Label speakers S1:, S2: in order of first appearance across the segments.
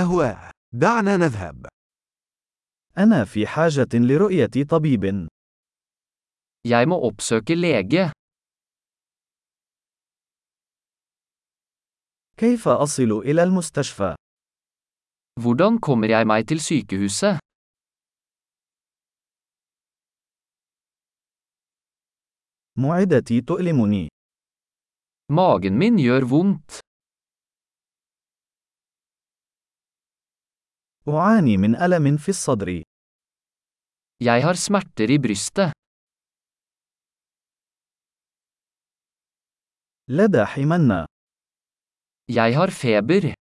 S1: أهواه. دعنا نذهب.
S2: أنا في حاجة لرؤية طبيب.
S3: Jeg må oppsøke lege.
S2: كيف أصل إلى المستشفى؟
S3: Hvordan kommer jeg meg til sykehuset?
S2: معدتي تؤلمني.
S3: Magen min gjør vondt.
S2: أعاني من ألم في الصدر.
S3: Jeg har smerter i brystet.
S2: لدى حمنة.
S3: Jeg har feber.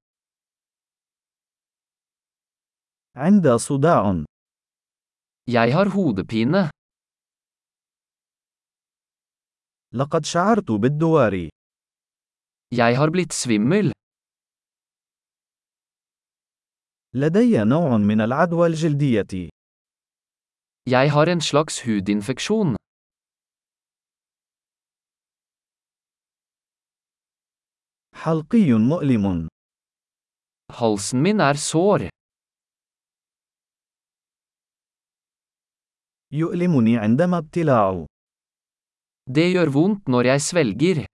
S2: عند صداع.
S3: Jeg har hodepine.
S2: لقد شعرت بالدوار.
S3: Jeg har blitt svimmel.
S2: لدي نوع من العدوى الجلدية.
S3: Jeg har en slags hudinfeksjon.
S2: حلقي مؤلم.
S3: Halsen min er sår.
S2: يؤلمني عندما ابتلاع.
S3: Det gjør vondt når jeg svelger.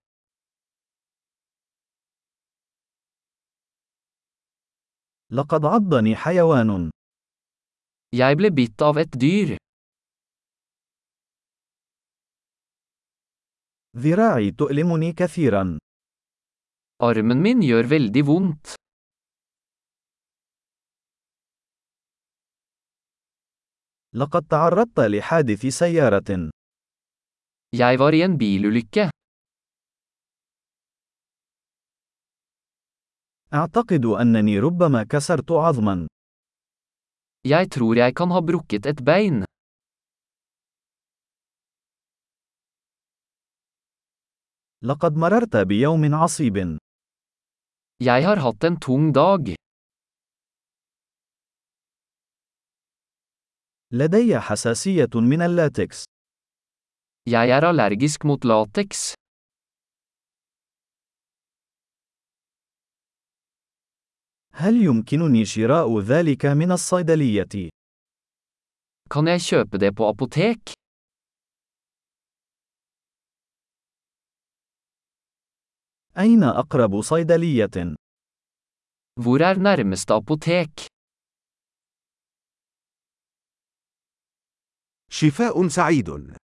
S2: لقد عضني حيوان.
S3: Jeg ble bitt av et dyr.
S2: ذراعي تؤلمني كثيرا.
S3: Armen min gjør veldig vondt.
S2: لقد تعرضت لحادث سيارة.
S3: Jeg var i en bilulykke.
S2: أعتقد أنني ربما كسرت عظما.
S3: Jeg tror jeg kan ha brukket et bein.
S2: لقد مررت بيوم عصيب.
S3: Jeg har hatt en tung dag.
S2: لدي حساسية من اللاتكس.
S3: Jeg er allergisk mot lateks.
S2: هل يمكنني شراء ذلك من الصيدلية؟
S3: Kan jeg kjøpe det på apotek?
S2: أين أقرب صيدلية؟
S3: Hvor er nærmeste apotek?
S1: شفاء سعيد.